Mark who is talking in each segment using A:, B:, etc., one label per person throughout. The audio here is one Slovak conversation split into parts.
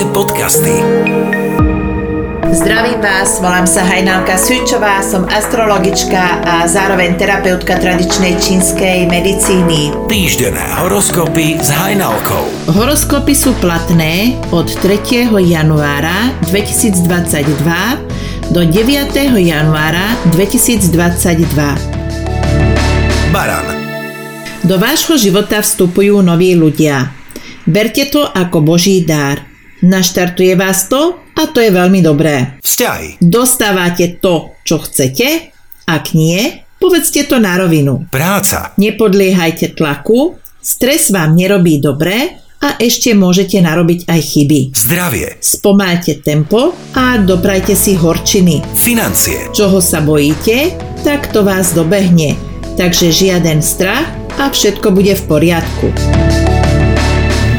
A: podcasty.
B: Zdravím vás, volám sa Hajnalka Sučová, som astrologička a zároveň terapeutka tradičnej čínskej medicíny.
A: Týždené horoskopy s Hajnalkou.
B: Horoskopy sú platné od 3. januára 2022 do 9. januára 2022.
A: Baran,
B: Do vášho života vstupujú noví ľudia. Berte to ako boží dar. Naštartuje vás to a to je veľmi dobré.
A: vzťahy,
B: Dostávate to, čo chcete? Ak nie, povedzte to na rovinu.
A: práca,
B: Nepodliehajte tlaku, stres vám nerobí dobre a ešte môžete narobiť aj chyby.
A: zdravie,
B: Spomalte tempo a doprajte si horčiny.
A: financie,
B: Čoho sa bojíte, tak to vás dobehne. Takže žiaden strach a všetko bude v poriadku.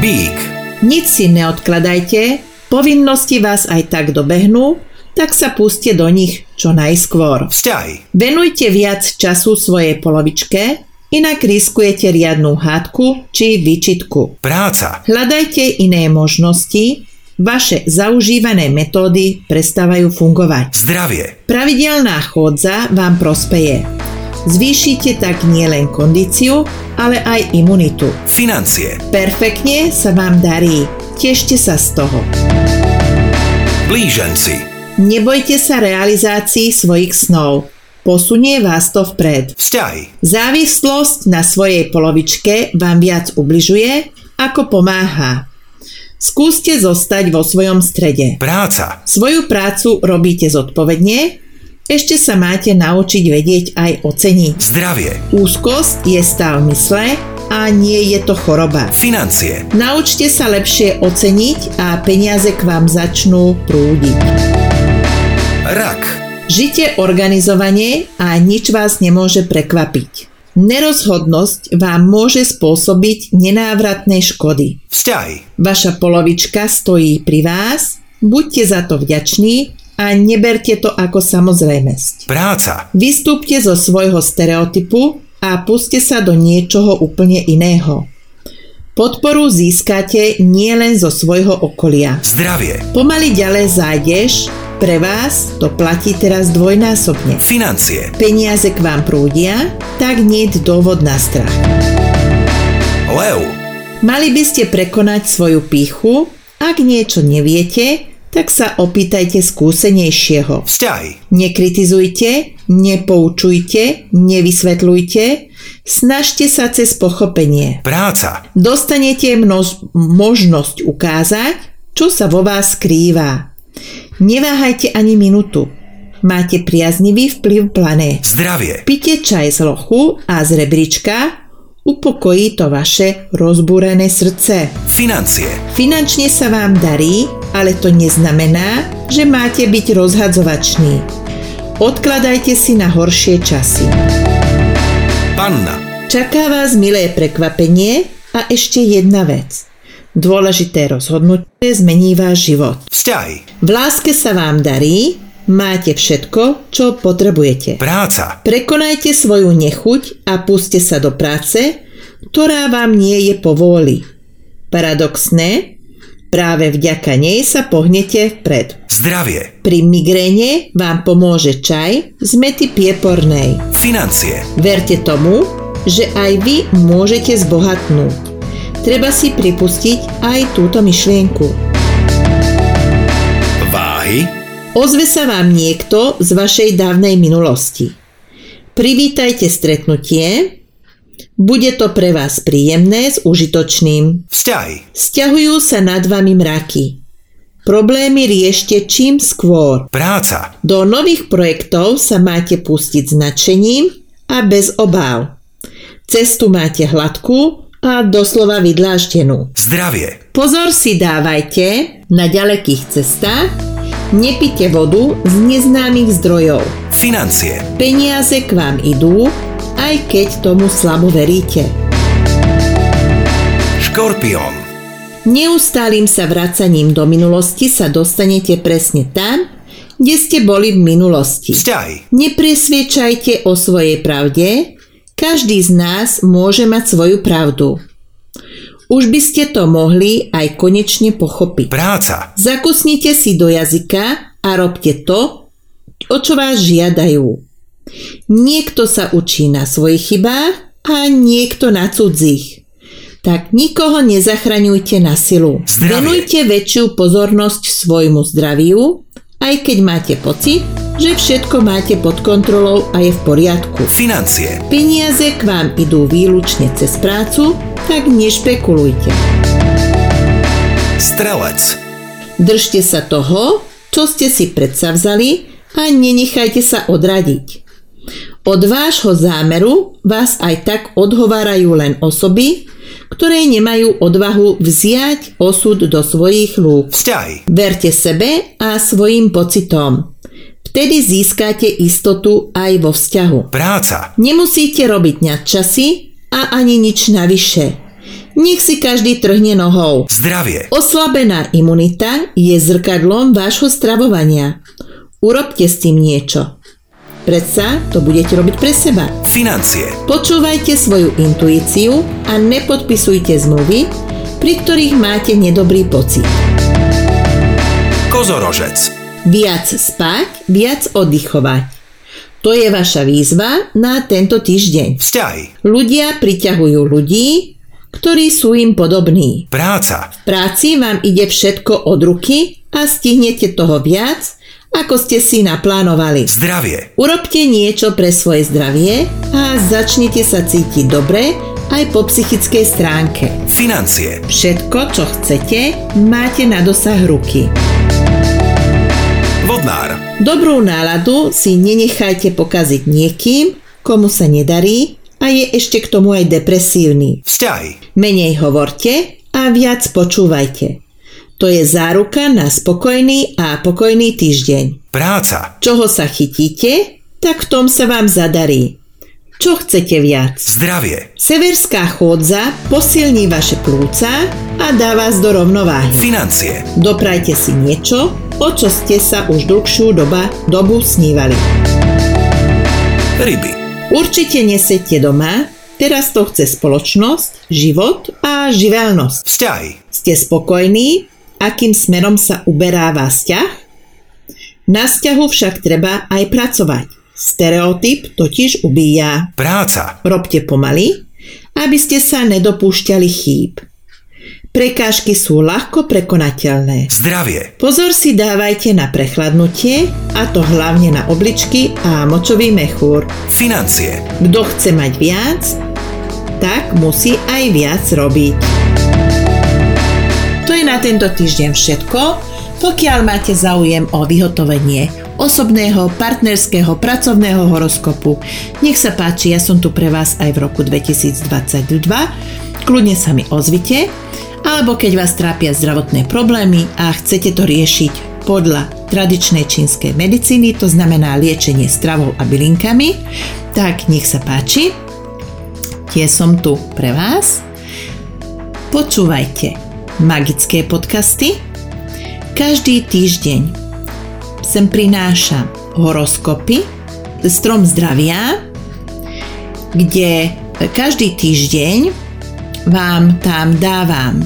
A: bík,
B: Nic si neodkladajte, povinnosti vás aj tak dobehnú, tak sa puste do nich čo najskôr.
A: vzťahy,
B: Venujte viac času svojej polovičke, inak riskujete riadnu hádku či výčitku.
A: práca,
B: Hľadajte iné možnosti, vaše zaužívané metódy prestávajú fungovať.
A: zdravie,
B: Pravidelná chôdza vám prospeje. Zvýšite tak nielen kondíciu, ale aj imunitu.
A: financie,
B: Perfektne sa vám darí, tešte sa z toho.
A: blíženci,
B: Nebojte sa realizácií svojich snov, posunie vás to vpred.
A: vzťahy,
B: Závislosť na svojej polovičke vám viac ubližuje, ako pomáha. Skúste zostať vo svojom strede.
A: práca,
B: Svoju prácu robíte zodpovedne, ešte sa máte naučiť vedieť aj oceniť.
A: zdravie,
B: Úzkosť je stav mysle a nie je to choroba.
A: financie,
B: Naučte sa lepšie oceniť a peniaze k vám začnú prúdiť.
A: rak,
B: Žite organizovanie a nič vás nemôže prekvapiť. Nerozhodnosť vám môže spôsobiť nenávratné škody.
A: vzťahy,
B: Vaša polovička stojí pri vás, buďte za to vďační a neberte to ako samozrejmosť.
A: práca,
B: Vystúpte zo svojho stereotypu a puste sa do niečoho úplne iného. Podporu získate nielen zo svojho okolia.
A: zdravie,
B: Pomaly ďalej zájdeš, pre vás to platí teraz dvojnásobne.
A: financie,
B: Peniaze k vám prúdia, tak nie je dôvod na strach.
A: lev,
B: Mali by ste prekonať svoju píchu, ak niečo neviete, tak sa opýtajte skúsenejšieho.
A: vzťahy,
B: Nekritizujte, nepoučujte, nevysvetľujte, snažte sa cez pochopenie.
A: práca,
B: Dostanete množ- možnosť ukázať, čo sa vo vás skrýva. Neváhajte ani minútu. Máte priaznivý vplyv planét.
A: zdravie,
B: Pite čaj z lochu a z rebríčka upokojí to vaše rozbúrené srdce.
A: financie,
B: Finančne sa vám darí, ale to neznamená, že máte byť rozhadzovační. Odkladajte si na horšie časy.
A: panna,
B: Čaká vás milé prekvapenie a ešte jedna vec. Dôležité rozhodnutie zmení váš život.
A: vzťahy,
B: V láske sa vám darí, máte všetko, čo potrebujete.
A: práca,
B: Prekonajte svoju nechuť a puste sa do práce, ktorá vám nie je povôli. Paradoxné, práve vďaka nej sa pohnete vpred.
A: zdravie,
B: Pri migréne vám pomôže čaj z mety piepornej.
A: financie,
B: Verte tomu, že aj vy môžete zbohatnúť. Treba si pripustiť aj túto myšlienku.
A: váhy,
B: Ozve sa vám niekto z vašej dávnej minulosti. Privítajte stretnutie, bude to pre vás príjemné s užitočným.
A: vzťahy,
B: Sťahujú sa nad vami mraky. Problémy riešte čím skôr.
A: práca,
B: Do nových projektov sa máte pustiť s nadšením a bez obáv. Cestu máte hladkú a doslova vydláždenú.
A: zdravie,
B: Pozor si dávajte na ďalekých cestách, nepite vodu z neznámych zdrojov.
A: financie,
B: Peniaze k vám idú, aj keď tomu slabo veríte.
A: škorpión,
B: Neustálým sa vracaním do minulosti sa dostanete presne tam, kde ste boli v minulosti.
A: vzťahy,
B: Nepresviečajte o svojej pravde, každý z nás môže mať svoju pravdu. Už by ste to mohli aj konečne pochopiť.
A: Práca.
B: Zakusnite si do jazyka a robte to, o čo vás žiadajú. Niekto sa učí na svojich chybách a niekto na cudzích. Tak nikoho nezachraňujte na silu.
A: Zdravie.
B: Venujte väčšiu pozornosť svojmu zdraviu, aj keď máte pocit, že všetko máte pod kontrolou a je v poriadku.
A: Financie.
B: Peniaze k vám idú výlučne cez prácu, tak nešpekulujte.
A: Strelec.
B: Držte sa toho, čo ste si predsavzali a nenechajte sa odradiť. Od vášho zámeru vás aj tak odhovárajú len osoby, ktoré nemajú odvahu vziať osud do svojich rúk.
A: Vzťahy.
B: Verte sebe a svojim pocitom. Vtedy získate istotu aj vo vzťahu.
A: Práca.
B: Nemusíte robiť nadčasy a ani nič navyše. Nech si každý trhne nohou.
A: Zdravie.
B: Oslabená imunita je zrkadlom vášho stravovania. Urobte s tým niečo. Predsa to budete robiť pre seba.
A: Financie.
B: Počúvajte svoju intuíciu a nepodpisujte zmluvy, pri ktorých máte nedobrý pocit.
A: Kozorožec.
B: Viac spať, viac oddychovať. To je vaša výzva na tento týždeň.
A: Vzťahy.
B: Ľudia priťahujú ľudí, ktorí sú im podobní.
A: Práca.
B: V práci vám ide všetko od ruky a stihnete toho viac, ako ste si naplánovali.
A: Zdravie.
B: Urobte niečo pre svoje zdravie a začnite sa cítiť dobre aj po psychickej stránke.
A: Financie.
B: Všetko, čo chcete, máte na dosah ruky.
A: Vodnár.
B: Dobrú náladu si nenechajte pokaziť niekým, komu sa nedarí a je ešte k tomu aj depresívny.
A: Vzťahy.
B: Menej hovorte a viac počúvajte. To je záruka na spokojný a pokojný týždeň.
A: Práca.
B: Čoho sa chytíte, tak v tom sa vám zadarí. Čo chcete viac?
A: Zdravie.
B: Severská chôdza posilní vaše plúca a dá vás do rovnováhy.
A: Financie.
B: Doprajte si niečo, o čo ste sa už dlhšiu doba, dobu snívali.
A: Ryby.
B: Určite nesete doma, teraz to chce spoločnosť, život a živelnosť.
A: Vzťahy.
B: Ste spokojní, akým smerom sa uberá váš vzťah? Na vzťahu však treba aj pracovať. Stereotyp totiž ubíja.
A: Práca.
B: Robte pomaly, aby ste sa nedopúšťali chýb. Prekážky sú ľahko prekonateľné.
A: Zdravie.
B: Pozor si dávajte na prechladnutie, a to hlavne na obličky a močový mechúr.
A: Financie.
B: Kto chce mať viac, tak musí aj viac robiť. To je na tento týždeň všetko. Pokiaľ máte záujem o vyhotovenie osobného, partnerského, pracovného horoskopu, nech sa páči, ja som tu pre vás aj v roku 2022. Kľudne sa mi ozvite, alebo keď vás trápia zdravotné problémy a chcete to riešiť podľa tradičnej čínskej medicíny, to znamená liečenie stravou a bylinkami, tak nech sa páči, tie som tu pre vás. Počúvajte magické podcasty. Každý týždeň sem prinášam horoskopy, strom zdravia, kde každý týždeň vám tam dávam e,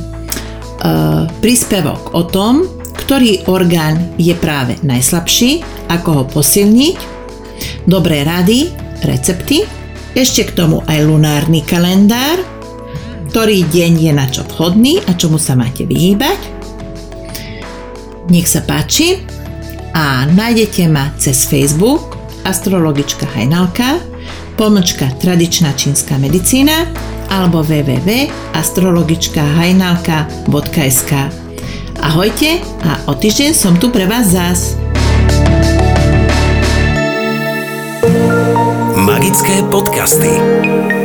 B: príspevok o tom, ktorý orgán je práve najslabší, ako ho posilniť, dobré rady, recepty, ešte k tomu aj lunárny kalendár, ktorý deň je na čo vhodný a čomu sa máte vyhýbať. Nech sa páči a nájdete ma cez Facebook astrologička Hajnalka, pomlčka tradičná čínska medicína alebo www.astrologičkahajnalka.sk Ahojte a o týždeň som tu pre vás zás.
A: Magické podcasty.